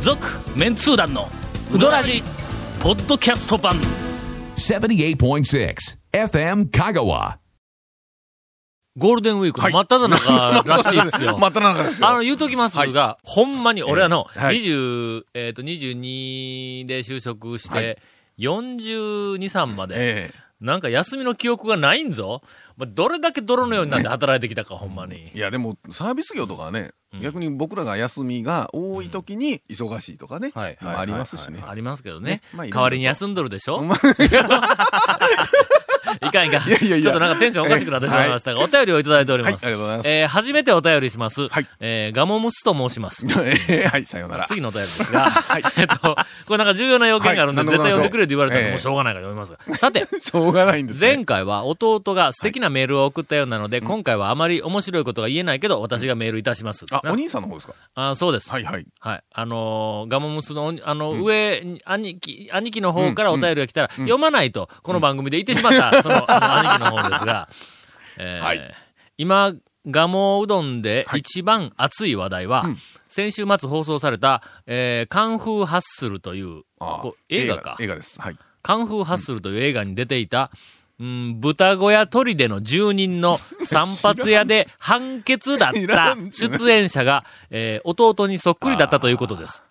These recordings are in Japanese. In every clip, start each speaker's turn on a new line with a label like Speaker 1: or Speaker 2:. Speaker 1: 続メンツー団のウドラジポッドキャスト版
Speaker 2: 78.6 FM Kagawa.
Speaker 3: ゴールデンウィークの真っ只中らしいです よ。
Speaker 4: またなんかです
Speaker 3: あ
Speaker 4: よ。
Speaker 3: の、言うときますが、ほんまに俺あの、
Speaker 4: えはい
Speaker 3: 20、えっ、と、22で就職して、
Speaker 4: はい
Speaker 3: 42、3まで、
Speaker 4: え
Speaker 3: なんか休みの記憶がないんぞ。まあどれだけ泥のようになって働いてきたか、ほんまに
Speaker 4: え。いや、でも、サービス業とかはね、逆に僕らが休みが多い時に忙しいとかね、
Speaker 5: はい
Speaker 4: まあありますしね。
Speaker 3: ありますけどね。
Speaker 4: まあいろいろと
Speaker 3: 代わりに休んどるでしょ、
Speaker 4: ま
Speaker 3: いかんいかん。
Speaker 4: いやいやいや
Speaker 3: ちょっとなんかテンションおかしくなってしまいましたが、お便りをいただいておりま
Speaker 4: はい、あり
Speaker 3: す。
Speaker 4: がとうございます。
Speaker 3: えー初めてお便りします。
Speaker 4: はい
Speaker 3: えーガモムスと申します。
Speaker 4: ええはい、さようなら。
Speaker 3: 次のお便りですが、 えっと、これなんか重要な要件があるんで、
Speaker 4: はい
Speaker 3: 絶対
Speaker 4: 何でも
Speaker 3: 読んでくれと言われた
Speaker 4: え
Speaker 3: ら
Speaker 4: え
Speaker 3: もうしょうがないから読みますが。さて、
Speaker 4: しょうがないんですね。
Speaker 3: 前回は弟が素敵なメールを送ったようなので、今回はあまり面白いことが言えないけど、私がメールいたします。
Speaker 4: あ、
Speaker 3: な
Speaker 4: お兄さんの方ですか
Speaker 3: あそうです。
Speaker 4: は
Speaker 3: はい。
Speaker 4: いはい。
Speaker 3: あのーガモムスのおに、あの、上に、兄貴、兄貴の方からお便りが来たら、読まないと、この番組で言ってしまった、その、あの兄貴の方です が、えー
Speaker 4: はい
Speaker 3: 今、ガモうどんで一番熱い話題は、先週末放送された、えー、カンフーハッスルという、
Speaker 4: あ
Speaker 3: こう映画か
Speaker 4: 映画です。はい。
Speaker 3: カンフーハッスルという映画に出ていた、うん、豚小屋砦の住人 の散髪屋で判決だっ
Speaker 4: 知ら
Speaker 3: た
Speaker 4: ん
Speaker 3: 出演者が、えー弟にそっくりだったということです。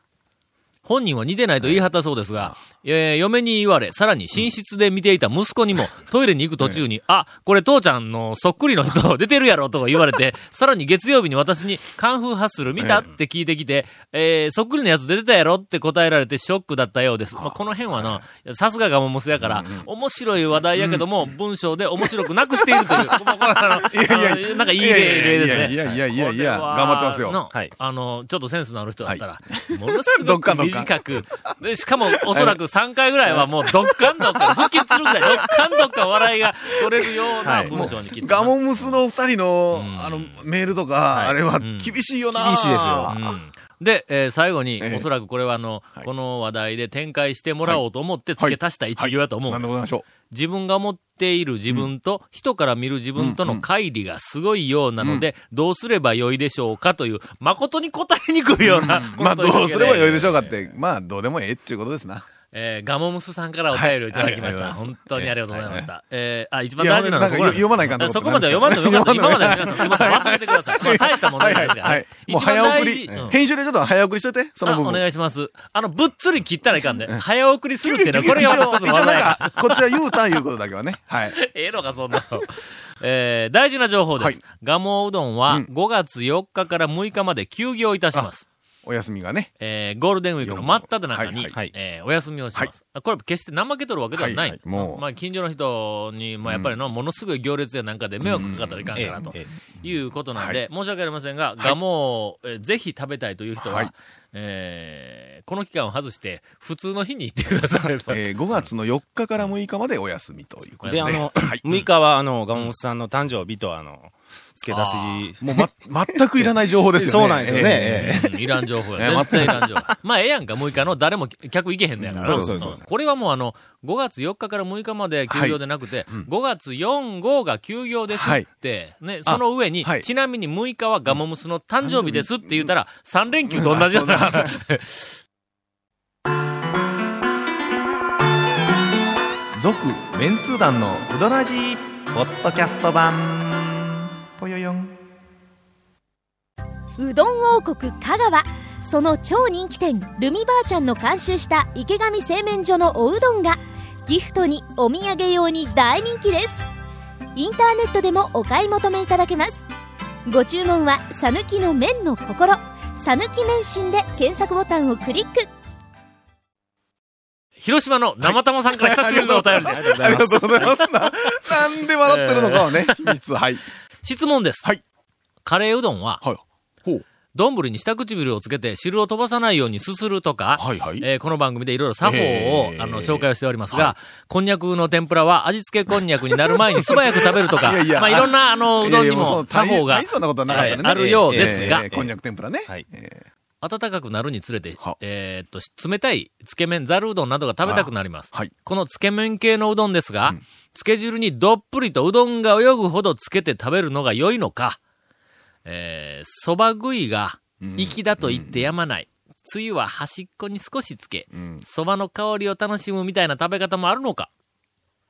Speaker 3: 本人は似てないと言い張ったそうですが、えー嫁に言われ、さらに寝室で見ていた息子にも、トイレに行く途中に、あ、これ父ちゃんのそっくりの人出てるやろとか言われ て、さらに月曜日に私に、カンフーハッスル見たって聞いてきて、えーそっくりのやつ出てたやろって答えられてショックだったようです。まあ、この辺はな、さすががももすやから、面白い話題やけども、文章で面白くなく しているという、ここはあのあのなんかいい例例ですね。
Speaker 4: いやいやいやいやいやいや、
Speaker 3: これは
Speaker 4: 頑張ってますよ。
Speaker 3: の
Speaker 5: はい
Speaker 3: あの、ちょっとセンスのある人だったら
Speaker 4: は、
Speaker 3: ものす
Speaker 4: ど
Speaker 3: ご
Speaker 4: っか
Speaker 3: く
Speaker 4: んどっかん
Speaker 3: 短 く、でしかもおそらく3回ぐらいはもうドッカンドッカン、復帰するぐらい、ドッカンドッカン笑いが取れるような
Speaker 5: はい
Speaker 3: 文章に切ってます。
Speaker 4: ガモムスのお二人の、あの、メールとか、あれは
Speaker 3: ん
Speaker 4: 厳しいよな。
Speaker 5: 厳しいですよ
Speaker 3: うんで、えー最後に、
Speaker 4: ええ
Speaker 3: おそらくこれはあの、
Speaker 4: はい
Speaker 3: この話題で展開してもらおうと思って付け足した一行やと思う。
Speaker 4: なんでございましょ
Speaker 3: 自分が持っている自分と、人から見る自分との乖離がすごいようなので、どうすればよいでしょうかという、誠に答えにくいような、
Speaker 4: う。まあ、どうすればよいで
Speaker 3: しょう
Speaker 4: しょうかって、まあ、どうでもええっていうことですな。
Speaker 3: えーガモムスさんからお便りをいただきました。
Speaker 4: はいありがとうございます
Speaker 3: 本当にありがとうございました。えーあ、一番
Speaker 4: いや
Speaker 3: 大事なのは
Speaker 4: なん
Speaker 3: こ
Speaker 4: か
Speaker 3: こ
Speaker 4: 読まないかんと思って
Speaker 3: そこまでは読まんでもよかった。今までは皆さん、すみません、忘れてください。まあ、大した問題
Speaker 4: は
Speaker 3: です
Speaker 4: いはい
Speaker 3: が。
Speaker 4: はい。もう
Speaker 3: 一番
Speaker 4: 早送
Speaker 3: 大
Speaker 4: り
Speaker 3: 事。うん。
Speaker 4: 編集でちょっと早送りしといて、その
Speaker 3: あ
Speaker 4: 部
Speaker 3: お願
Speaker 4: 分。
Speaker 3: いします。あの、ぶっつり切ったらいかんで、早送りするっていうのは、これ
Speaker 4: 一
Speaker 3: が
Speaker 4: 応、
Speaker 3: 私
Speaker 4: 一
Speaker 3: の話
Speaker 4: 応なん
Speaker 3: 題
Speaker 4: か、こっちは言うたいうことだけはね。はい。
Speaker 3: ええのか、そんなの。えー大事な情報です。
Speaker 4: はい
Speaker 3: ガモうどんは5月4日から6日まで休業いたします。
Speaker 4: お休みがね。
Speaker 3: えーゴールデンウィークの真っ只中に、
Speaker 4: はいはい
Speaker 3: えーお休みをします。これ決して怠けとるわけではない。
Speaker 4: はいはいもう
Speaker 3: まあ、近所の人に、まあ、やっぱりの、ものすごい行列やなんかで迷惑かかったらいかんからと、
Speaker 5: えええ
Speaker 3: いうことなんで、申し訳ありませんが、ガモを、えーぜひ食べたいという人は、
Speaker 4: はい
Speaker 3: えーこの期間を外して、普通の日に行ってください。
Speaker 4: えー5月の4日から6日までお休みということ
Speaker 5: で、
Speaker 4: で。
Speaker 5: あの、
Speaker 4: はい。
Speaker 5: 6日は、あの、ガモモスさんの誕生日と、あの、付け足し。
Speaker 4: もう、ま、全くいらない情報ですよね。
Speaker 5: そうなんですよね。ええ
Speaker 3: うんいらん情報や。
Speaker 4: ね
Speaker 3: 絶対いらん情報。まあ、ええやんか、6日の。誰も客行けへんのやから。
Speaker 4: そうそうそう
Speaker 3: うんこれはもうあの、5月4日から6日まで休業でなくて、5月4、5が休業ですって、ね、その上に
Speaker 4: あはい、
Speaker 3: ちなみに6日はガモムスの誕生日ですって言ったら、3連休と同じよう な。
Speaker 4: 続、メンツー団のうどらじ
Speaker 5: ポッドキャスト版。ぽよよん。
Speaker 6: うどん王国香川その超人気店ルミばあちゃんの監修した池上製麺所のおうどんがギフトにお土産用に大人気ですインターネットでもお買い求めいただけますご注文は「さぬきの麺の心」「さぬき麺心」で検索ボタンをクリック
Speaker 3: 広島の生玉さんから久しぶりのお便りです。
Speaker 4: ありがとうございます。な、なんで笑ってるのかはね、秘密。はい。
Speaker 3: 質問です。
Speaker 4: はい
Speaker 3: カレーうどんは、
Speaker 4: はい。ほう。
Speaker 3: 丼に下唇をつけて汁を飛ばさないようにすするとか、
Speaker 4: はいはい
Speaker 3: えーこの番組でいろいろ作法を、
Speaker 4: えー
Speaker 3: あの紹介をしておりますが、こんにゃくの天ぷらは味付けこんにゃくになる前に素早く食べるとか、
Speaker 4: いやいや
Speaker 3: まあ、いろんなあのうどんにも作法が
Speaker 4: 大したなことはなかったね。
Speaker 3: はいあるようですが
Speaker 4: えーえーこんにゃく天ぷらね。
Speaker 5: はい。
Speaker 3: 温かくなるにつれて
Speaker 4: は、
Speaker 3: えーっと、し冷たいつけ麺、ざるうどんなどが食べたくなります。
Speaker 4: あはい
Speaker 3: このつけ麺系のうどんですが、つけ汁にどっぷりとうどんが泳ぐほどつけて食べるのが良いのか、えー、そば食いが粋だと言ってやまない。つゆは端っこに少しつけ、
Speaker 4: うん。
Speaker 3: そばの香りを楽しむみたいな食べ方もあるのか。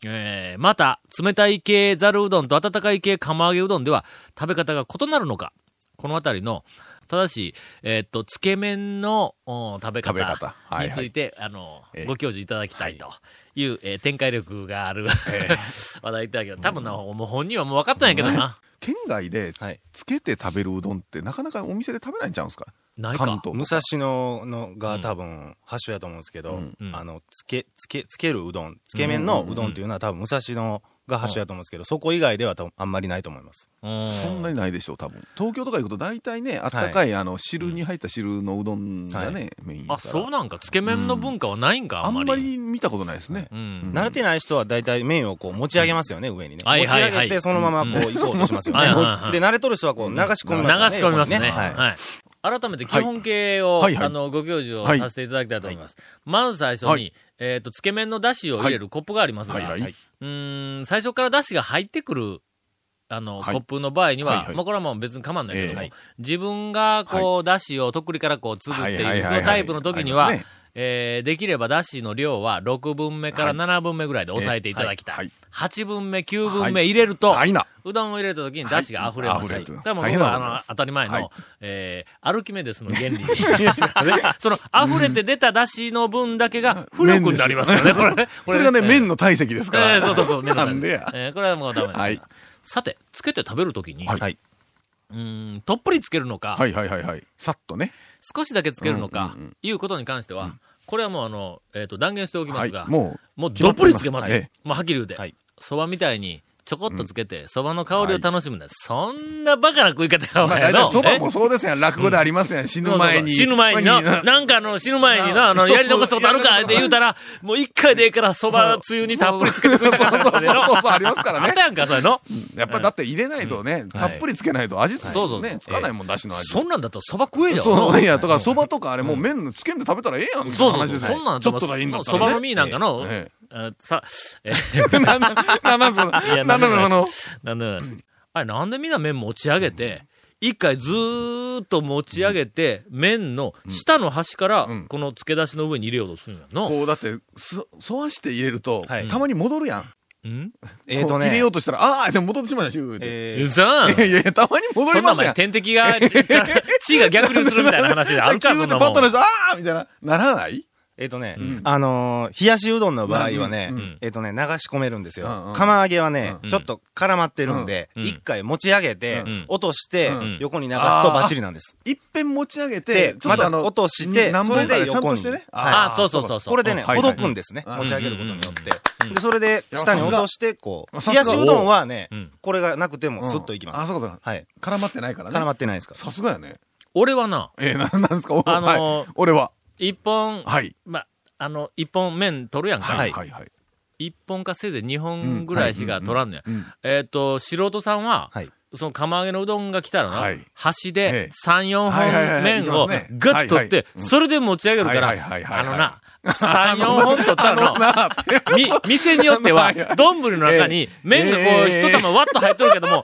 Speaker 3: えー、また、冷たい系ざるうどんと温かい系釜揚げうどんでは食べ方が異なるのか。このあたりの、ただしい、えーっと、つけ麺のお食べ方
Speaker 4: 食べ方はいはい
Speaker 3: について、あの
Speaker 4: え、え
Speaker 3: ご教授いただきたいという、えー展開力がある、 話題だけど、多分な、もう本人はもう分かったんやけどな。
Speaker 4: 県外で
Speaker 5: はい。
Speaker 4: つけて食べるうどんってなかなかお店で食べないんちゃうんすか
Speaker 3: ない
Speaker 4: 関
Speaker 3: か。
Speaker 4: 東
Speaker 5: 武蔵野のが多分、発祥やと思うんですけど、
Speaker 4: うん
Speaker 3: うん
Speaker 5: あの、つけ、つけ、つけるうどん、つけ麺のうどんっていうのは多分武蔵野が発祥やと思うんですけど、そこ以外では多分あんまりないと思います。
Speaker 3: うん
Speaker 4: そんなにないでしょう多分東京とか行くと大体ねあったかい、あの汁に入った汁のうどんがね、メインやから
Speaker 3: あ、そうなんか。つけ麺の文化はないんか、
Speaker 4: あ
Speaker 3: あん
Speaker 4: ん
Speaker 3: まり。
Speaker 4: まり見たことないですね、
Speaker 3: うん。
Speaker 5: 慣れてない人は大体麺をこう持ち上げますよね、上にね。
Speaker 3: はい
Speaker 5: 持ち
Speaker 3: はいはい
Speaker 5: 上げてそのままこう行こうとしますよね。
Speaker 3: はいはいはい
Speaker 5: で、慣れとる人はこう流し込みます
Speaker 3: 流し
Speaker 5: よね。
Speaker 3: 込みますね。
Speaker 5: ここに
Speaker 3: はい。
Speaker 5: はい。
Speaker 3: 改めて基本形を、
Speaker 4: はいはいはい
Speaker 3: あの、ご教授を
Speaker 4: はい
Speaker 3: させていただきたいと思います。まず最初に、
Speaker 4: はい
Speaker 3: えっ、と、つけ麺の出汁を入れるコップがありますが、
Speaker 4: はいは
Speaker 5: はいいう
Speaker 3: ーん、最初から出汁が入ってくる、あの、
Speaker 4: はい
Speaker 3: コップの場合には、
Speaker 4: はいはい
Speaker 3: まあ、これはもう別に構わないけども、
Speaker 4: ええ
Speaker 3: 自分がこう、出汁をとっくりからこう、継ぐって
Speaker 4: はいいは
Speaker 3: う
Speaker 4: いはいはい
Speaker 3: タイプの時には、
Speaker 4: ありますね
Speaker 3: えーできれば出汁の量は6分目から7分目ぐらいで抑えていただきたい。
Speaker 4: はいはい
Speaker 3: 8分目、9
Speaker 4: は
Speaker 3: 分
Speaker 4: い
Speaker 3: 目入れると、
Speaker 4: はいな
Speaker 3: うどんを入れた時に出汁が溢れます。
Speaker 4: はい溢れ
Speaker 3: だ
Speaker 4: る
Speaker 3: からもう僕
Speaker 4: 大変な
Speaker 3: はあの
Speaker 4: ことです
Speaker 3: 当たり前の、
Speaker 4: はい
Speaker 3: えー、アルキメデスの原理。 その溢れて出た出汁の分だけが浮力になりますよね、これね。こ
Speaker 4: それがね、
Speaker 3: えー
Speaker 4: 麺の体積ですか
Speaker 3: え
Speaker 4: ら、
Speaker 3: ーそうそうそう、皆
Speaker 4: な
Speaker 3: さ
Speaker 4: んでや、
Speaker 3: えーこれはもうダメです。
Speaker 4: はい
Speaker 3: さて、つけて食べるときに、
Speaker 4: はいう
Speaker 3: ーん、とっぷりつけるのか、
Speaker 4: はいはいはいはいさっとね
Speaker 3: 少しだけつけるのか、
Speaker 4: うんうん
Speaker 3: いうことに関しては、これはもうあの、えっ、と、断言しておきま
Speaker 4: は
Speaker 3: す
Speaker 4: い
Speaker 3: が、
Speaker 4: も
Speaker 3: もうどっぷりつけますよ。
Speaker 4: ええ
Speaker 3: もうはっきり言うて
Speaker 5: はい。
Speaker 3: そ、ば、みたいに、ちょこっとつけて、そば、の香りを楽しむんだ、そんなバカな食い方が
Speaker 4: う、
Speaker 3: お
Speaker 4: まあ、
Speaker 3: 前
Speaker 4: 大
Speaker 3: の。
Speaker 4: 体そば
Speaker 3: え
Speaker 4: もそうですやん落語でありますやん、死ぬ前に
Speaker 3: そうそうそう死ぬ前 にな。なんかあの、死ぬ前にな、あの、
Speaker 4: 一つ
Speaker 3: やり残したことあるかって言うたら、もう一回でええから、そばつゆにたっぷりつけてくれたからとかでの。
Speaker 4: そうそうそうそうありますからね
Speaker 3: あったやんか、そういうの。
Speaker 4: やっぱだって入れないとね、たっぷりつけないと味す、
Speaker 3: そうそう
Speaker 4: ねつかないもんだしの味
Speaker 3: そんなんだとそば食えじゃん。
Speaker 4: そうなんやとか、そばとかあれもう麺のつけんで食べたらええやんって
Speaker 3: そうそうそ
Speaker 4: 話で
Speaker 3: う。
Speaker 4: す
Speaker 3: そんなん
Speaker 4: ちょっとがいいんだった
Speaker 3: そ
Speaker 4: ら
Speaker 3: ば
Speaker 4: ね
Speaker 3: の実なんかの、
Speaker 4: え
Speaker 3: あさ、え
Speaker 4: え なんなんなんなんその、
Speaker 3: いや
Speaker 4: なんなんその、
Speaker 3: なんでもないです。あれ、なんでみんな麺持ち上げて、一回ずーっと持ち上げて、麺の下の端から
Speaker 4: う、ん
Speaker 3: この漬け出しの上に入れようとするんやんの。
Speaker 4: こうだって、そ、沿わして入れると、
Speaker 5: はい
Speaker 4: たまに戻るやん。
Speaker 3: うん
Speaker 5: えっと
Speaker 4: こう入れ
Speaker 5: ね
Speaker 4: よう。としたら、ああ、でも戻ってしまうし、言うて
Speaker 5: え
Speaker 3: う
Speaker 5: ー
Speaker 3: ざん
Speaker 4: いやいや、たまに戻
Speaker 3: そ
Speaker 4: り
Speaker 3: んな
Speaker 4: ま
Speaker 3: ん
Speaker 4: す
Speaker 3: 前
Speaker 4: や
Speaker 3: に
Speaker 4: ん。
Speaker 3: 天敵が、 地が逆流するみたいな話あるか、そ
Speaker 4: 急
Speaker 3: ん
Speaker 4: に
Speaker 3: な
Speaker 4: パ
Speaker 3: も
Speaker 4: ッと
Speaker 3: ん
Speaker 4: 出。して、ああみたいな、ならない
Speaker 5: えっとね、あのー冷やしうどんの場合はね、
Speaker 4: うんうん
Speaker 5: えっとね、流し込めるんですよ。
Speaker 4: うんうん
Speaker 5: 釜揚げはね、
Speaker 3: うん
Speaker 5: ちょっと絡まってるんで、
Speaker 3: うん
Speaker 5: 一回持ち上げて、
Speaker 3: うん
Speaker 5: 落として、
Speaker 4: うん
Speaker 5: 横に流すとバッチリなんです。
Speaker 4: 一遍持ち上げ
Speaker 5: で
Speaker 4: て、ちょっ
Speaker 5: ま
Speaker 4: と
Speaker 5: た
Speaker 4: あの、
Speaker 5: 落として
Speaker 4: 何本かでちゃんとし
Speaker 5: そ
Speaker 4: て
Speaker 5: れで
Speaker 4: ね。
Speaker 5: 横に
Speaker 4: あ
Speaker 3: あそうそうそうそう。
Speaker 5: これでね、
Speaker 4: うんはいはい
Speaker 5: ほどくんですね、
Speaker 4: うん
Speaker 5: 持ち上げることによって。
Speaker 3: うん
Speaker 5: で、それで、
Speaker 4: や
Speaker 5: 下に
Speaker 4: さす
Speaker 5: 落
Speaker 4: が
Speaker 5: として、こ
Speaker 4: さ
Speaker 5: う、
Speaker 4: すが
Speaker 5: 冷やしうどんはね
Speaker 3: うん、
Speaker 5: これがなくても
Speaker 4: うん
Speaker 5: スッといきま
Speaker 4: あ、
Speaker 5: す。
Speaker 4: そうかそうか。
Speaker 5: はい。
Speaker 4: 絡まってないからね。
Speaker 5: 絡まってないですか
Speaker 4: さすがやね。
Speaker 3: 俺はな、
Speaker 4: ええ、な、なんですか、お
Speaker 3: あのー
Speaker 4: はい俺は。
Speaker 3: 一本、
Speaker 4: はい。
Speaker 3: ま、あの、一本麺取るやんか。
Speaker 4: はい、はい、はい。
Speaker 3: 一本かせいぜい二本ぐらいしか取らんのや
Speaker 4: うん。
Speaker 3: えっと、素人さんは、
Speaker 5: はい。
Speaker 3: その釜揚げのうどんが来たらな、
Speaker 4: はい
Speaker 3: 箸
Speaker 4: え
Speaker 3: で
Speaker 4: え
Speaker 3: 3、4
Speaker 4: はいはいは
Speaker 3: 本
Speaker 4: い
Speaker 3: 麺を
Speaker 4: いきますね
Speaker 3: グッと取っ
Speaker 4: はい
Speaker 3: て
Speaker 4: は、いうん
Speaker 3: それで持ち上げるから、
Speaker 4: はいはいはいはい
Speaker 3: あのな、3、4本取ったらの、
Speaker 4: なあって。
Speaker 3: み、店によっては
Speaker 4: あのはいは、い
Speaker 3: 丼の中に麺がこう、
Speaker 4: え
Speaker 3: 一
Speaker 4: え
Speaker 3: 玉わっと入っとるけども、こ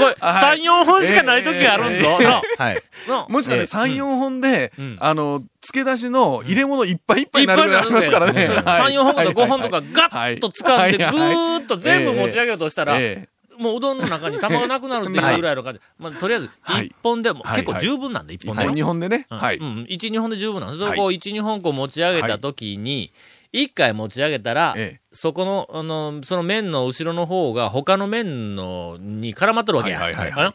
Speaker 3: れ、
Speaker 4: は
Speaker 3: 3、4本しかない時があるんぞ、
Speaker 5: はい。
Speaker 3: の、の、
Speaker 4: もしかね、3、4本で
Speaker 3: うん、
Speaker 4: あの、付け出しの入れ物いっぱいいっぱい
Speaker 3: いっ
Speaker 4: にな
Speaker 3: ぱ
Speaker 4: る
Speaker 3: い
Speaker 4: ぐらいあ
Speaker 3: に
Speaker 4: り
Speaker 3: な
Speaker 4: ま
Speaker 3: る
Speaker 4: す
Speaker 3: んで、
Speaker 4: からね。
Speaker 3: 3、4本とか5本とかガッと掴んで、ぐ
Speaker 4: はいはいはい
Speaker 3: ーっと全部持ち上げようとしたら
Speaker 4: ええ、
Speaker 3: もううどんの中に玉がなくなるっていうぐらいの感じ。まあ、とりあえず、
Speaker 4: はい
Speaker 3: 1本でも、
Speaker 4: はい
Speaker 3: 結構十分なんで、1
Speaker 4: 1
Speaker 3: 本
Speaker 4: 本、
Speaker 3: でも。
Speaker 4: 2本でね。
Speaker 3: うん
Speaker 4: はい。
Speaker 3: うん、1、2本で十分なんです。そ
Speaker 4: はい
Speaker 3: こを1、2本こう持ち上げたときに、1回持ち上げたら、
Speaker 4: ええ
Speaker 3: そこの、あの、その面の後ろの方が他の面のに絡まっとるわけや。
Speaker 4: はいはいはいはい
Speaker 3: あの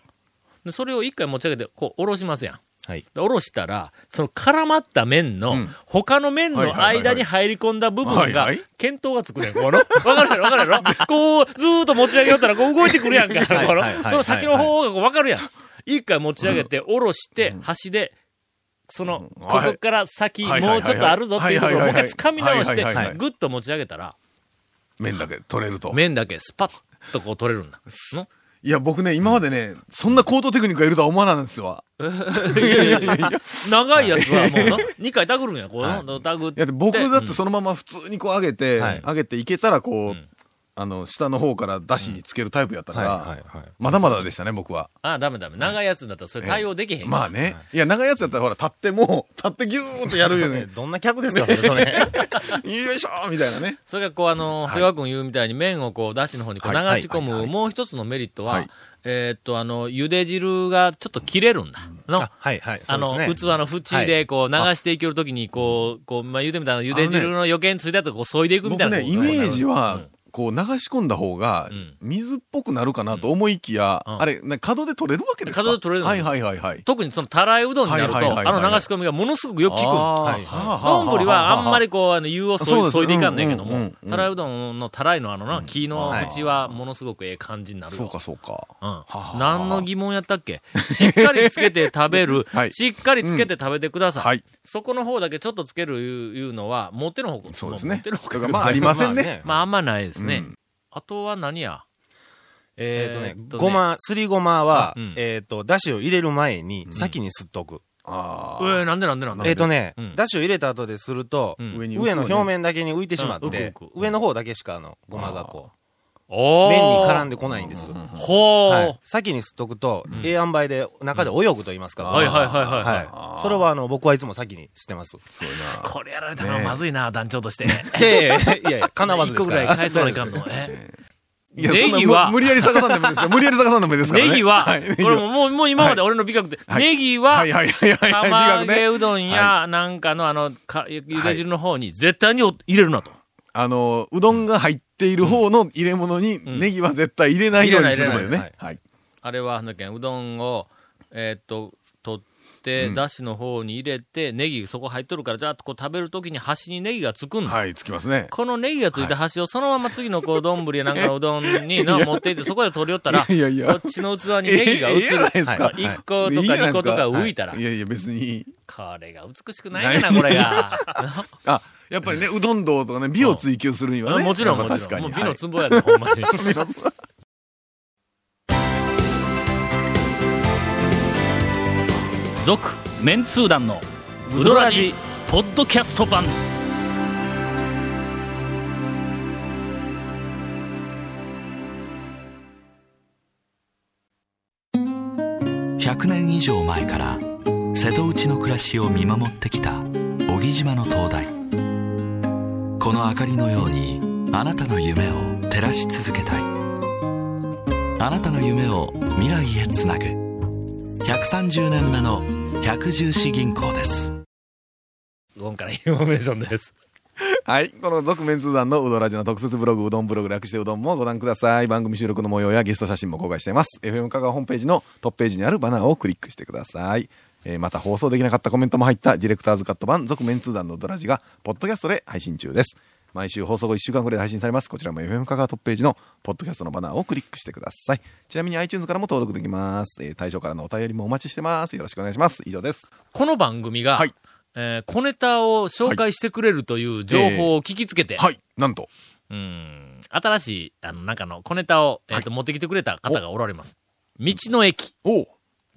Speaker 3: でそれを1回持ち上げて、こう、下ろしますやん。
Speaker 5: はい。
Speaker 3: で下ろしたら、その絡まった面
Speaker 4: う
Speaker 3: の
Speaker 4: ん、
Speaker 3: 他の面
Speaker 4: はいは
Speaker 3: の
Speaker 4: いはいはい
Speaker 3: 間に入り込んだ部
Speaker 4: は
Speaker 3: 分
Speaker 4: い
Speaker 3: が
Speaker 4: はい、
Speaker 3: 見当がつくねん、この。わかるやろ、わかるや ろ。こう、ずーっと持ち上げよったら、こう動いてくるやんか、
Speaker 5: はい
Speaker 3: この
Speaker 5: はいはい。はい
Speaker 3: その先の方がこうわかるやん。一回持ち上げて、下ろして、端で、その、こ
Speaker 4: はい
Speaker 3: こから先、も
Speaker 4: は
Speaker 3: う
Speaker 4: い
Speaker 3: ち
Speaker 4: はいはいはい
Speaker 3: ょっとあるぞっていうところをもう一回掴み直し
Speaker 4: はいはいはいは
Speaker 3: て、
Speaker 4: い
Speaker 3: ぐっと持ち上げたら、
Speaker 4: 麺だけ取れると。
Speaker 3: 面だけスパッとこう取れるんだ。の
Speaker 4: いや、僕ね、今までね、そんな高等テクニックがいるとは思わないんですよ。
Speaker 3: いやいやいや長いやつはもうな、2回タグるんや、こうな、タグっ
Speaker 4: いや、僕だって
Speaker 3: うん
Speaker 4: そのまま普通にこう上げて、
Speaker 5: はい
Speaker 4: 上げていけたらこう、
Speaker 3: ん
Speaker 4: ああの、下の方から出汁につけるタイプやったから、
Speaker 5: うんはいはいはい
Speaker 4: まだまだでしたね、僕は。
Speaker 3: ああ、ダメダメ。長いやつだったらそれ対応できへん。
Speaker 4: まあね。いや、長いやつだったらほら、立っても、立ってギューッとやるよね。
Speaker 5: どんな客ですか、それ、それ。
Speaker 4: よいしょーみたいなね。
Speaker 3: それがこう、あの、長谷川君言うみたいに麺をこう、だしの方にこう流
Speaker 4: はい
Speaker 3: し込む、もう一つのメリットは、
Speaker 4: はい
Speaker 3: えーっと、あの、茹で汁がちょっと切れるんだ。の
Speaker 5: あはいはい。そ
Speaker 3: あ
Speaker 5: うで
Speaker 3: の
Speaker 5: すね、
Speaker 3: 器の縁で、こう、流していけるときに、こう、こう、まあ、言うてみたら、茹で汁の余計についたやつをこう、そいでいくみ
Speaker 4: 僕
Speaker 3: たいな。
Speaker 4: ね、イメージ
Speaker 3: う
Speaker 4: は
Speaker 3: ん、
Speaker 4: こう流し込んだ方が
Speaker 3: うん、
Speaker 4: 水っぽくなるかなと思いきや、
Speaker 3: うん
Speaker 4: あれ、な角で取れるわけですか
Speaker 3: 角で取れるの
Speaker 4: はいはいはいはい。
Speaker 3: 特にその、たらいうどんになると、
Speaker 4: はいはいはいはい
Speaker 3: あの流し込みがものすごくよく効くんだ
Speaker 5: はい
Speaker 4: あー
Speaker 3: どんぶりはあんまり
Speaker 4: は
Speaker 3: こう、あの、湯を
Speaker 4: そう
Speaker 3: そ
Speaker 4: で
Speaker 3: い
Speaker 4: す
Speaker 3: そいでいかんねんけど
Speaker 4: うんうんう
Speaker 3: も
Speaker 4: んう、ん
Speaker 3: たらいうどんのたらいのあのな、木の
Speaker 5: はい
Speaker 3: 縁はものすごくええ感じにな
Speaker 4: あ
Speaker 3: る
Speaker 4: そう
Speaker 3: よ。
Speaker 4: かそうか。
Speaker 3: うん
Speaker 4: は。あ
Speaker 3: 何の疑問やったっけしっかりつけて食べる
Speaker 4: は。い
Speaker 3: しっかりつけて食べてくださ
Speaker 4: はいい。
Speaker 3: そこの方だけちょっとつけるいういうのは、持っての方向。
Speaker 4: そうです
Speaker 3: 持っ
Speaker 4: ね
Speaker 3: ての。方
Speaker 4: だ
Speaker 3: 向
Speaker 4: からまあありません
Speaker 5: まあ
Speaker 4: ね
Speaker 5: ね。
Speaker 3: まあ、あんまないです
Speaker 4: う
Speaker 3: ね
Speaker 4: ん。
Speaker 3: あとは何や
Speaker 5: えっとね
Speaker 3: えーっ、とね
Speaker 5: ごま、すりごまは
Speaker 3: うん、
Speaker 5: えっと、だしを入れる前に、先に吸っとく。
Speaker 4: あ
Speaker 3: え
Speaker 4: ー
Speaker 3: ー、なんでなんでなんで
Speaker 5: えっとね
Speaker 3: うん、
Speaker 5: だしを入れた後ですると
Speaker 3: う、ん
Speaker 4: 上に浮く
Speaker 5: 上の表面だけに浮いてしまっ
Speaker 3: うん浮
Speaker 5: て
Speaker 3: く浮、く
Speaker 5: 上の方だけしか、あの、ごまがこう、
Speaker 3: お
Speaker 5: 麺に絡ん
Speaker 3: で。
Speaker 5: でこないんです。
Speaker 3: ほう。
Speaker 5: はい。先に吸っとくと、ええ塩梅で、中で泳ぐと言いますから。
Speaker 3: はいはいはいはいはい
Speaker 5: はい。それは、あの、僕はいつも先に吸ってます。
Speaker 4: そうやな
Speaker 3: これやられたらまずいな、団長と して。
Speaker 5: いやいやいや いや、かなわず
Speaker 3: 一
Speaker 5: で
Speaker 3: 個
Speaker 5: す
Speaker 3: ぐ
Speaker 5: から
Speaker 3: い
Speaker 5: ら。
Speaker 3: 返さないかんの。え
Speaker 4: いやそんな
Speaker 3: ネギは
Speaker 4: む無理やり探さんでも いいですよ。無理やり探さんでもいいですからね。
Speaker 3: ネギは、
Speaker 4: はいネギ
Speaker 3: これももう、もう今まで俺の美学で、
Speaker 4: はい
Speaker 3: ネギは、
Speaker 4: はいはいはいはいはい。
Speaker 3: 釜揚
Speaker 4: 美学ね
Speaker 3: げうどんや、なんかのあの、かゆゆで汁の方に絶対にお入れるなと。
Speaker 4: あの、うどんが入っている方の入れ物に
Speaker 3: ん
Speaker 4: ネギは絶対入れないようにするのよ
Speaker 5: 入れない入
Speaker 4: ね
Speaker 5: れ。
Speaker 4: はい。
Speaker 3: あれは、なんだっけ、うどんを、えーっと、取って、だしの方に入れて、ネギそこ入っとるから、じゃあ、こう食べるときに端にネギがつくんだ。
Speaker 4: はい、つきますね。
Speaker 3: このネギがついた端をそのまま次のこう、丼やなんかのうどんにな持っていって、そこで取り寄ったら、
Speaker 4: いやいやいや
Speaker 3: こっちの器にネギが映る
Speaker 4: ええええじゃないですか。
Speaker 3: はい一個とか
Speaker 4: いいじゃない
Speaker 3: 二
Speaker 4: です
Speaker 3: 個とか浮いたら
Speaker 4: は、いやいや、別に。
Speaker 3: これが美しくないかな、これが。
Speaker 4: あ、やっぱりね、うどん道とかね、美を追求するにはね。
Speaker 3: もちろん、
Speaker 4: やっ
Speaker 3: も
Speaker 4: ぱ
Speaker 3: ち
Speaker 4: 確
Speaker 3: ろ
Speaker 4: か
Speaker 3: ん。もう
Speaker 4: に。
Speaker 3: 美のつんぼやで、ほんまに。
Speaker 1: 続メンツー団のウドラジポッドキャスト版
Speaker 7: 100年以上前から瀬戸内の暮らしを見守ってきた小木島の灯台この明かりのようにあなたの夢を照らし続けたいあなたの夢を未来へつなぐ130年目の百十四銀行です
Speaker 3: ゴンからインフォメーションです。
Speaker 4: はい。この続面通談のうどらじの特設ブログ、うどんブログ略してうどんもご覧ください。番組収録の模様やゲスト写真も公開しています。FM 香川ホームページのトップページにあるバナーをクリックしてください。えーまた放送できなかったコメントも入ったディレクターズカット版続面通談のうどらじが、ポッドキャストで配信中です。毎週放送後1週間くらいで配信されます。こちらも FM 香川トップページのポッドキャストのバナーをクリックしてください。ちなみに iTunes からも登録できます。えー対象からのお便りもお待ちしてます。よろしくお願いします。以上です。
Speaker 3: この番組が、
Speaker 4: はい
Speaker 3: えー小ネタを紹介してくれるという情報を聞きつけて、
Speaker 4: はい。なんと。
Speaker 3: うん新しい、あの、なんかの小ネタを、えーと持ってきてくれた方がおられます。道の駅、
Speaker 4: おう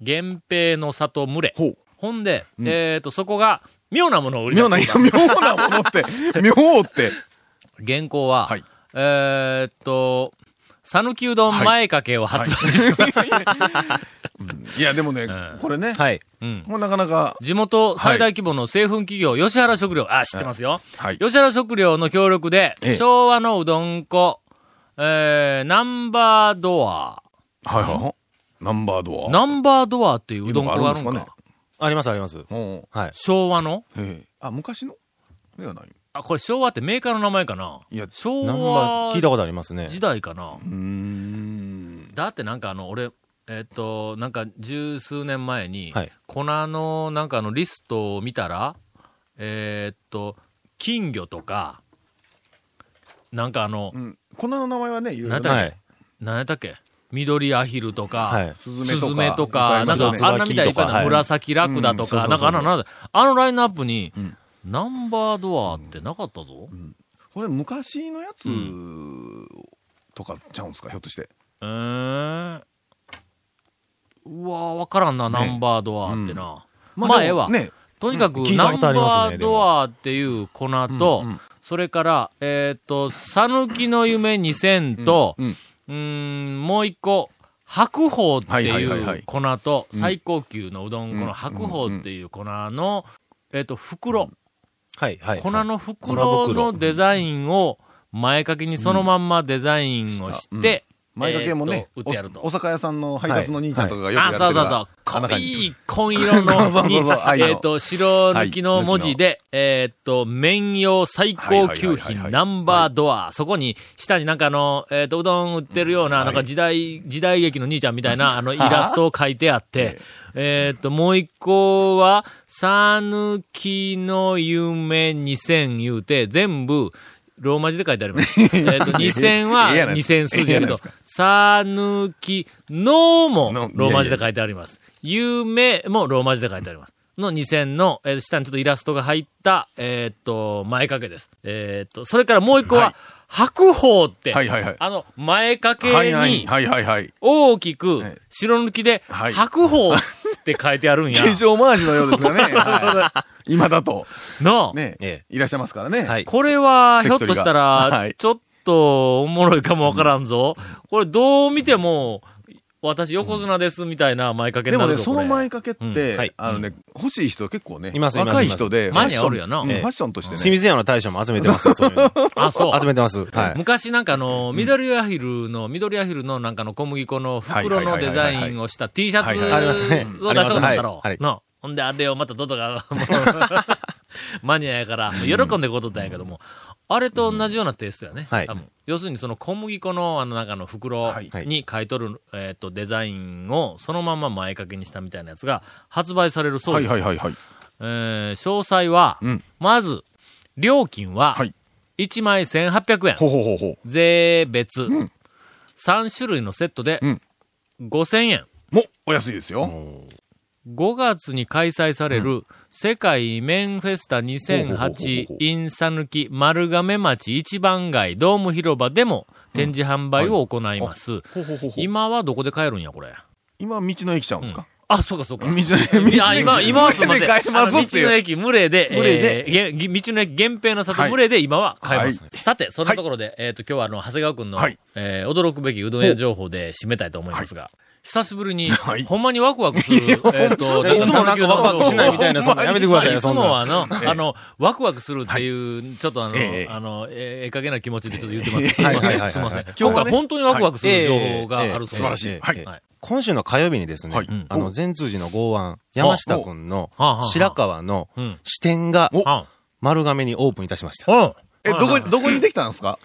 Speaker 3: 源平の里群れ。
Speaker 4: ほう。
Speaker 3: ほんで、えっ、と、そこが、妙なものを売り出
Speaker 4: 妙
Speaker 3: してお
Speaker 4: な、
Speaker 3: り
Speaker 4: いや
Speaker 3: ます。
Speaker 4: 妙なも のって、妙って。
Speaker 3: 原稿は、
Speaker 4: はい
Speaker 3: えっと、讃岐うどん前掛けを発売します。
Speaker 4: いや、でもね、
Speaker 3: ん
Speaker 4: これね、
Speaker 5: はい。
Speaker 3: うん
Speaker 4: もうなかなか、
Speaker 3: 地元最大規模の製粉企業、吉原食料、あ、知ってますよ。
Speaker 4: はい
Speaker 3: 吉原食料の協力で、
Speaker 4: ええ
Speaker 3: 昭和のうどん粉、えー、ナンバードア。
Speaker 4: はいはい、ナンバードア。
Speaker 3: ナンバードアっていううどん粉があるん
Speaker 4: い
Speaker 3: か
Speaker 4: うのがあるんです
Speaker 5: ありますあります。
Speaker 4: うん
Speaker 5: はい。
Speaker 3: 昭和の
Speaker 4: へえあ、昔のではない。
Speaker 3: あ、これ昭和ってメーカーの名前かない
Speaker 4: や
Speaker 3: 昭
Speaker 5: ナン
Speaker 3: 和
Speaker 5: バー聞いたことありますね。
Speaker 3: 時代かな
Speaker 4: うーん。
Speaker 3: だってなんかあの、俺、えっと、なんか十数年前に
Speaker 5: はい、
Speaker 3: 粉のなんかあのリストを見たら、えっと、金魚とか、なんかあの
Speaker 4: う、ん。粉の名前はね、いろいろ
Speaker 3: な
Speaker 4: ね。
Speaker 3: ん
Speaker 5: は
Speaker 3: だっ
Speaker 5: い。
Speaker 3: 何やったっけ緑アヒルとか、
Speaker 5: はい
Speaker 3: ス
Speaker 4: ス
Speaker 3: ズ
Speaker 4: ズ
Speaker 3: メ
Speaker 4: メ
Speaker 3: と
Speaker 4: と
Speaker 3: か
Speaker 4: か、
Speaker 3: なんか
Speaker 5: 四つ
Speaker 3: あ
Speaker 5: 葉木とか
Speaker 3: んなみたいにいっぱいな
Speaker 5: はい
Speaker 3: 紫ラクダとか、
Speaker 4: うん
Speaker 3: なんかあんな、
Speaker 4: そうそうそう
Speaker 3: なんだあのラインナップに、
Speaker 4: ん
Speaker 3: ナンバードアってなかったぞ。
Speaker 4: これ昔のやつ、とかちゃうんすか、ひょっとして。
Speaker 3: えーうわーわからんな、ナンバードアってな。まあ、ええわ。
Speaker 4: ね。
Speaker 3: とにかく、
Speaker 5: うん聞い
Speaker 3: ナ
Speaker 5: た
Speaker 3: ン
Speaker 5: ことあります
Speaker 3: バ
Speaker 5: ね
Speaker 3: ー
Speaker 5: でも
Speaker 3: ドアっていう粉と、
Speaker 4: うんうん
Speaker 3: それから、えーっと、さぬきの夢2000と、う
Speaker 4: うん
Speaker 3: ーん、もう一個、白鵬って
Speaker 4: はいはいいはいは
Speaker 3: う
Speaker 4: い
Speaker 3: 粉と、最高級のうどん、この白鵬っていう粉の、えーっと、袋、
Speaker 5: はい、はい。
Speaker 3: 粉の袋
Speaker 5: 粉
Speaker 3: の
Speaker 5: 袋
Speaker 3: デザインを前掛けにそのまんまデザインをして、
Speaker 4: 前掛けもね、
Speaker 3: えーっと売ってやると
Speaker 4: おお酒屋さんの配達の兄ちゃんとかがよくやっ
Speaker 3: あ、
Speaker 4: てる
Speaker 3: そうそうそう。濃い紺 色の
Speaker 4: そうそうそう
Speaker 3: に、
Speaker 4: はい
Speaker 3: えっと、白抜きの文字で、えっと、麺用最高級
Speaker 4: はいはいはいはいは
Speaker 3: 品
Speaker 4: い
Speaker 3: ナンバードア。そこに、下になんかあの、えっと、うどん売ってるような、なんか時代、時代劇の兄ちゃんみたい な、あの、イラストを書いてあって、えっと、もう一個は、さぬきの夢2000言うて、全部、ローマ字で書いてあります。 えっと、2000は
Speaker 4: ええやないですか
Speaker 3: 2000数字やけ
Speaker 4: ええやないで
Speaker 3: ど
Speaker 4: すか、
Speaker 3: さぬきのも
Speaker 4: の
Speaker 3: ローマ字で書いてあります。夢もローマ字で書いてあります。の2000の、えー下にちょっとイラストが入った、えーっと、前掛けです。えーっと、それからもう一個は、
Speaker 4: はい
Speaker 3: 白鵬って、
Speaker 4: はいはいはい
Speaker 3: あの、前掛けに、
Speaker 4: はいはいはいはいはい。
Speaker 3: 大きく
Speaker 4: はい、
Speaker 3: 白抜きで、
Speaker 4: はい
Speaker 3: 白鵬って書いてあるんや。
Speaker 4: 化粧回しのようです がねはい。今だと、
Speaker 3: の、
Speaker 4: ね
Speaker 5: え、
Speaker 4: いらっしゃいますからね。
Speaker 5: はい
Speaker 3: これは、ひょっ
Speaker 4: 関取
Speaker 3: と
Speaker 4: が
Speaker 3: した
Speaker 4: は
Speaker 3: ら
Speaker 4: い、
Speaker 3: ちょっとおもろいかもわからんぞ。これどう見ても、私横綱ですみたいな前掛け
Speaker 4: で
Speaker 3: にな
Speaker 4: もね、
Speaker 3: るぞ。
Speaker 4: そ
Speaker 3: こ
Speaker 4: の
Speaker 3: れ
Speaker 4: 前掛けっ
Speaker 5: うんはい
Speaker 4: て、あのね、欲しい人結構ね、
Speaker 5: いますいます
Speaker 4: 若い人で、
Speaker 5: い
Speaker 4: フ
Speaker 3: ま
Speaker 4: ァッ
Speaker 3: す
Speaker 4: ション
Speaker 3: マニアおるよな
Speaker 4: うんフ
Speaker 5: ええ
Speaker 4: ァッションとして
Speaker 5: 清
Speaker 4: ね。
Speaker 5: 水屋の大将も集めてます よ、そういうの。
Speaker 3: あ、そう
Speaker 5: 集。めてます。はい。
Speaker 3: 昔なんかあの、緑アヒルの、緑アヒルのなんかの小麦粉の袋のデザインをした T シャツを
Speaker 4: は
Speaker 3: 出
Speaker 4: いはい
Speaker 5: はいはいはい
Speaker 3: したことあったろ
Speaker 5: ありますねはいは。い
Speaker 3: なほんであれをまたトトが、もうマニアやから、喜んでこうとったんやけども、あれと同じようなテイストやね。
Speaker 5: はい
Speaker 3: 多分要するにその小麦粉のあの中の袋
Speaker 4: はい
Speaker 3: に書いとる、えっと、デザインをそのまま前掛けにしたみたいなやつが発売されるそう
Speaker 4: は
Speaker 3: で
Speaker 4: い
Speaker 3: す。
Speaker 4: はいはいはい。
Speaker 3: えー詳細は、
Speaker 4: うん
Speaker 3: まず、料金は
Speaker 4: はい、
Speaker 3: 1枚1800円。
Speaker 4: ほうほうほうほう。
Speaker 3: 税別、3種類のセットで
Speaker 4: うん
Speaker 3: 5000円。
Speaker 4: もう、お安いですよ。
Speaker 3: 5月に開催される世界麺フェスタ
Speaker 4: ほ
Speaker 3: 2008
Speaker 4: うほうほうほう
Speaker 3: in 讃岐丸亀町一番街ドーム広場でも展示販売を行います。
Speaker 4: ほうほうほうほう。
Speaker 3: 今はどこで買えるんや、これ。
Speaker 4: 今、道の駅ちゃうんですか
Speaker 3: あ、そうかそうか。
Speaker 4: 道の駅、道の
Speaker 3: い
Speaker 4: 駅
Speaker 3: や、 今、今はすみません。
Speaker 4: で買えま
Speaker 3: あ
Speaker 4: す
Speaker 3: の
Speaker 4: って
Speaker 3: 道の
Speaker 4: いう。
Speaker 3: 駅、群れで、
Speaker 4: 群れで
Speaker 3: えーげ道の駅、源平の里、
Speaker 4: はい
Speaker 3: 群れで今は買えます。
Speaker 4: は
Speaker 3: さて、そんなところで、えっ、と、今日はあの、長谷川君の、
Speaker 4: はい
Speaker 3: えー驚くべきうどん屋情報で締めたいと思いますが、久しぶりに、
Speaker 4: はい
Speaker 3: ほんまにワクワク する、えっ、と、
Speaker 5: いつもなんかワクワクしないみたいな、
Speaker 4: ほ
Speaker 5: そ
Speaker 4: ん
Speaker 5: ん
Speaker 4: ま
Speaker 5: な
Speaker 4: に
Speaker 5: やめてください よ、
Speaker 3: いつ
Speaker 5: そん
Speaker 3: もは
Speaker 5: な。
Speaker 3: あの、あの、ワクワクするっていう、ちょっとあの、
Speaker 4: ええ
Speaker 3: あの、えーええ加減な気持ちでちょっと言ってます。すい
Speaker 5: はい
Speaker 3: ませ
Speaker 5: はいは
Speaker 3: ん、
Speaker 5: い
Speaker 3: すいません。
Speaker 5: 今
Speaker 4: 日は
Speaker 3: 今
Speaker 4: ね
Speaker 3: 回本当にワクワクする情報がある
Speaker 4: 素晴
Speaker 3: そう
Speaker 4: ら
Speaker 3: です。
Speaker 4: しい
Speaker 5: ええ
Speaker 4: はい
Speaker 3: はい
Speaker 5: 今週の火曜日にですね、
Speaker 4: はい
Speaker 5: あの、前通寺の剛腕、山下くんの
Speaker 3: はあはあはあ
Speaker 5: 白川の
Speaker 3: うん
Speaker 5: 支店が
Speaker 4: お
Speaker 3: あ
Speaker 5: 丸亀にオープンいたしました。
Speaker 3: うん。
Speaker 4: え、どこに、どこにできたんですか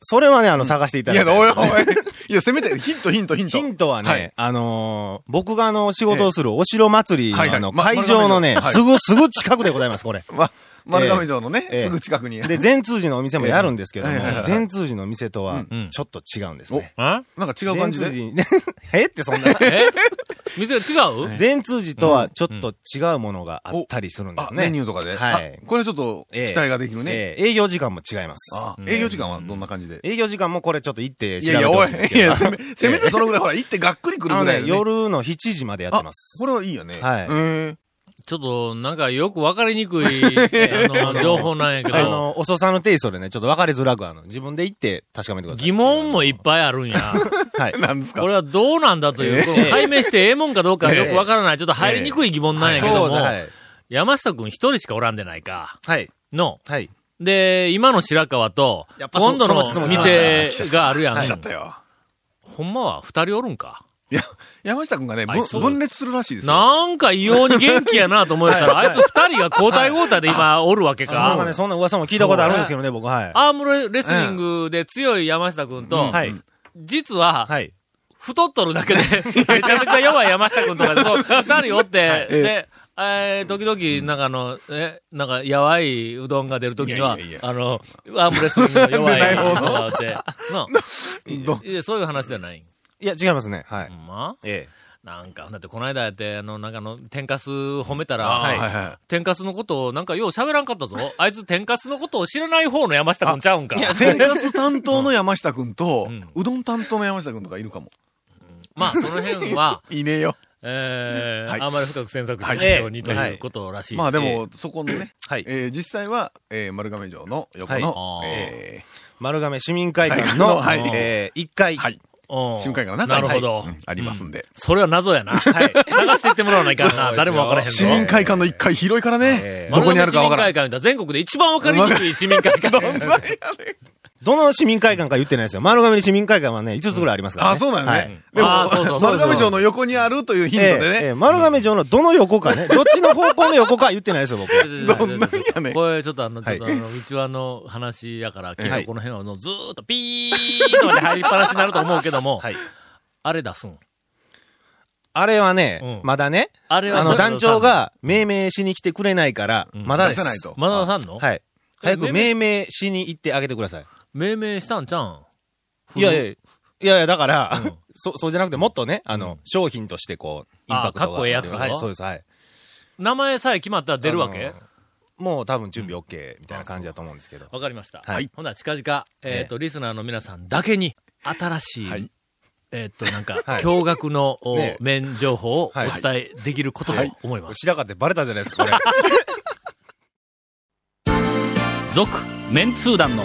Speaker 5: それはね、あの、探してい
Speaker 4: い
Speaker 5: ただ
Speaker 4: や、
Speaker 5: いて。
Speaker 4: おいおい。いや、せめて、ヒント、ヒント、ヒント。
Speaker 5: ヒントはね、
Speaker 4: はい
Speaker 5: あのー僕があの、仕事をするお城祭りの
Speaker 4: はいはい
Speaker 5: あの、
Speaker 4: ま
Speaker 5: 会場のね、
Speaker 4: 丸亀
Speaker 5: すぐ、すぐ 近くでございます、これ。
Speaker 4: ま、丸亀城のね、
Speaker 5: ええ
Speaker 4: すぐ近くに。
Speaker 5: で、善通寺のお店もやるんですけども
Speaker 4: ええはいはいは、い
Speaker 5: 善通寺のお店とは
Speaker 3: うん、
Speaker 5: ちょっと違うんですね。
Speaker 3: え
Speaker 4: なんか違う
Speaker 5: 善
Speaker 4: 感じ
Speaker 5: 通寺
Speaker 4: で。
Speaker 5: に、 えってそんな。
Speaker 3: え店が違う、
Speaker 5: 善通寺とはちょっと違うものがあったりするんで
Speaker 4: あ、
Speaker 5: すね。
Speaker 4: メニューとかで。
Speaker 5: はい
Speaker 4: あこれちょっと、期
Speaker 5: ええ
Speaker 4: 待ができるね。
Speaker 5: ええ営業時間も違います。
Speaker 4: あ営業時間はどんな感じで
Speaker 5: 営業時間もこれちょっと行って
Speaker 4: い
Speaker 5: 調
Speaker 4: や
Speaker 5: べ
Speaker 4: いや、
Speaker 5: て
Speaker 4: お
Speaker 5: ほ
Speaker 4: い。
Speaker 5: しいんです
Speaker 4: い
Speaker 5: けど
Speaker 4: や、せめ、せめてそのぐらい、ほら、行ってがっくり来る
Speaker 5: あの
Speaker 4: ぐらい
Speaker 5: ね
Speaker 4: の、ね。
Speaker 5: 夜の7時までやってます。
Speaker 4: これはいいよね。
Speaker 5: はい
Speaker 4: うん
Speaker 3: ちょっと、なんかよくわかりにくい、あの、情報なんやけ
Speaker 5: あ
Speaker 3: ど、
Speaker 5: の、遅さのテイストでね、ちょっと分かりづらく、あの、自分で行って確かめてください。
Speaker 3: 疑問もいっぱいあるんや。
Speaker 5: はい。
Speaker 4: なんですか
Speaker 3: これはどうなんだという、この解明してええもんかどうかよくわからない、ちょっと入りにくい疑問なんやけども、
Speaker 5: はい。
Speaker 3: 山下くん一人しかおらんでないか。
Speaker 5: はい。
Speaker 3: の。
Speaker 5: はい。
Speaker 3: で、今の白川と
Speaker 5: やっ、ぱそ
Speaker 3: 今度の
Speaker 5: その質問来ま
Speaker 3: 店があるやん
Speaker 4: 来。ちゃったよ。
Speaker 3: ほんまは二人おるんか。
Speaker 4: いや、山下くんがね、ぶ
Speaker 3: あそう
Speaker 4: 分裂するらしいですよ。
Speaker 3: なんか異様に元気やなと思えたら、あいつ二人が交代交代で今おるわけ
Speaker 5: そんなね、
Speaker 3: か。
Speaker 5: そんな噂も聞いたことあるんですけどね、僕、はい。
Speaker 3: アームレスリングで強い山下くんと、
Speaker 5: はい。
Speaker 3: 実は、
Speaker 5: はい。
Speaker 3: 太っとるだけで、 めちゃめちゃ弱い山下くんとかで、そう、二人おって、で、えー、時々、なんかあの、え、なんか、やわいうどんが出るときには、
Speaker 4: いやいやいや
Speaker 3: あの、アームレスリングの弱い
Speaker 4: なるほど
Speaker 3: のがあって、な
Speaker 4: ど
Speaker 3: いやそういう話じゃない。
Speaker 5: いや、違いますね。は
Speaker 3: ほ
Speaker 5: い。
Speaker 3: んま
Speaker 5: え
Speaker 3: なんか、だってこの間やって、あの、なんかあの、天かす褒めたら、
Speaker 4: はいはいは
Speaker 3: 天かすのことを、なんかよう喋らんかったぞ。あいつ天かすのことを知らない方の山下くんちゃうんか。
Speaker 4: い。天かす担当の山下くんと
Speaker 3: うん、
Speaker 4: うどん担当の山下くんとかいるかも。
Speaker 3: まあ、その辺は、
Speaker 4: いねえよ。
Speaker 3: えー
Speaker 4: はい
Speaker 3: あまり深く詮索しないようにと
Speaker 5: はい
Speaker 3: いうことらしい。
Speaker 4: まあでも、そこのね、
Speaker 5: はい
Speaker 4: えー実際は、えー丸亀城の
Speaker 3: は
Speaker 4: 横の、
Speaker 3: いあー
Speaker 4: え
Speaker 5: 丸亀市民会館
Speaker 4: は
Speaker 5: の、
Speaker 4: いはい
Speaker 5: えー、1
Speaker 4: ー
Speaker 5: 階。
Speaker 4: はい、
Speaker 3: うん
Speaker 4: 新会館の
Speaker 3: な
Speaker 4: 中に
Speaker 3: るほど
Speaker 4: はい。うんありますんで。
Speaker 3: それは謎やな。探していってもらわないかんな。誰もわからへんぞ。
Speaker 4: 市民会館の1階広いからね
Speaker 5: え、ー
Speaker 4: どこにあるかわからん。
Speaker 3: 丸亀市民会館言うたら全国で一番わかりにくい市民会館。
Speaker 5: どの市民会館か言ってないですよ。丸亀市民会館はね、5つぐらいありますから、ね。
Speaker 4: あ、そうなん
Speaker 5: は
Speaker 4: や
Speaker 5: い
Speaker 4: ね。
Speaker 3: うんあーそうそうそう
Speaker 4: 丸亀城の横にあるというヒントで
Speaker 5: えーえ
Speaker 4: ね。
Speaker 5: ー丸亀城のどの横 かね、どっちの方向の横か言ってないですよ、僕。
Speaker 4: どんなんやねん
Speaker 3: これちょっとあの、ちょ
Speaker 5: は
Speaker 3: っ
Speaker 5: い
Speaker 3: とあの、うちわの話やから、きっ
Speaker 5: は
Speaker 3: と
Speaker 5: い
Speaker 3: この辺はあのずーっとピーッとまで入りっぱなしになると思うけども、
Speaker 5: はい。
Speaker 3: あれ出すん。
Speaker 5: あれはね、
Speaker 3: うん
Speaker 5: まだね、
Speaker 3: あれは
Speaker 5: あの団長、が命名しに来てくれないから、まだです。
Speaker 4: 出せないと
Speaker 3: まださんの
Speaker 5: はい。早く
Speaker 3: 命
Speaker 5: 命名しに行ってあげてください。
Speaker 3: 命名したんちゃうん
Speaker 5: いやいやいやいや、だから、
Speaker 3: うん
Speaker 5: そ、そうじゃなくてもっとね、あの、商品としてこう、インパクトが。
Speaker 3: あかっこええやつを
Speaker 5: はい、そうです、はい。
Speaker 3: 名前さえ決まったら出るわけ
Speaker 5: あのもう多分準備 OK みたいな感じだと思うんですけど。
Speaker 3: わかりました。
Speaker 5: はい
Speaker 3: ほな、近々、えっ、と、リスナーの皆さんだけに、新しい、
Speaker 4: はい
Speaker 3: えっ、と、なんか、
Speaker 5: はい
Speaker 3: 驚愕の、お
Speaker 5: ね
Speaker 3: 面情報を
Speaker 5: はい
Speaker 3: お伝えできることと思います。
Speaker 5: 白髪ってバレたじゃないですか、これ。
Speaker 1: 続メンツー団の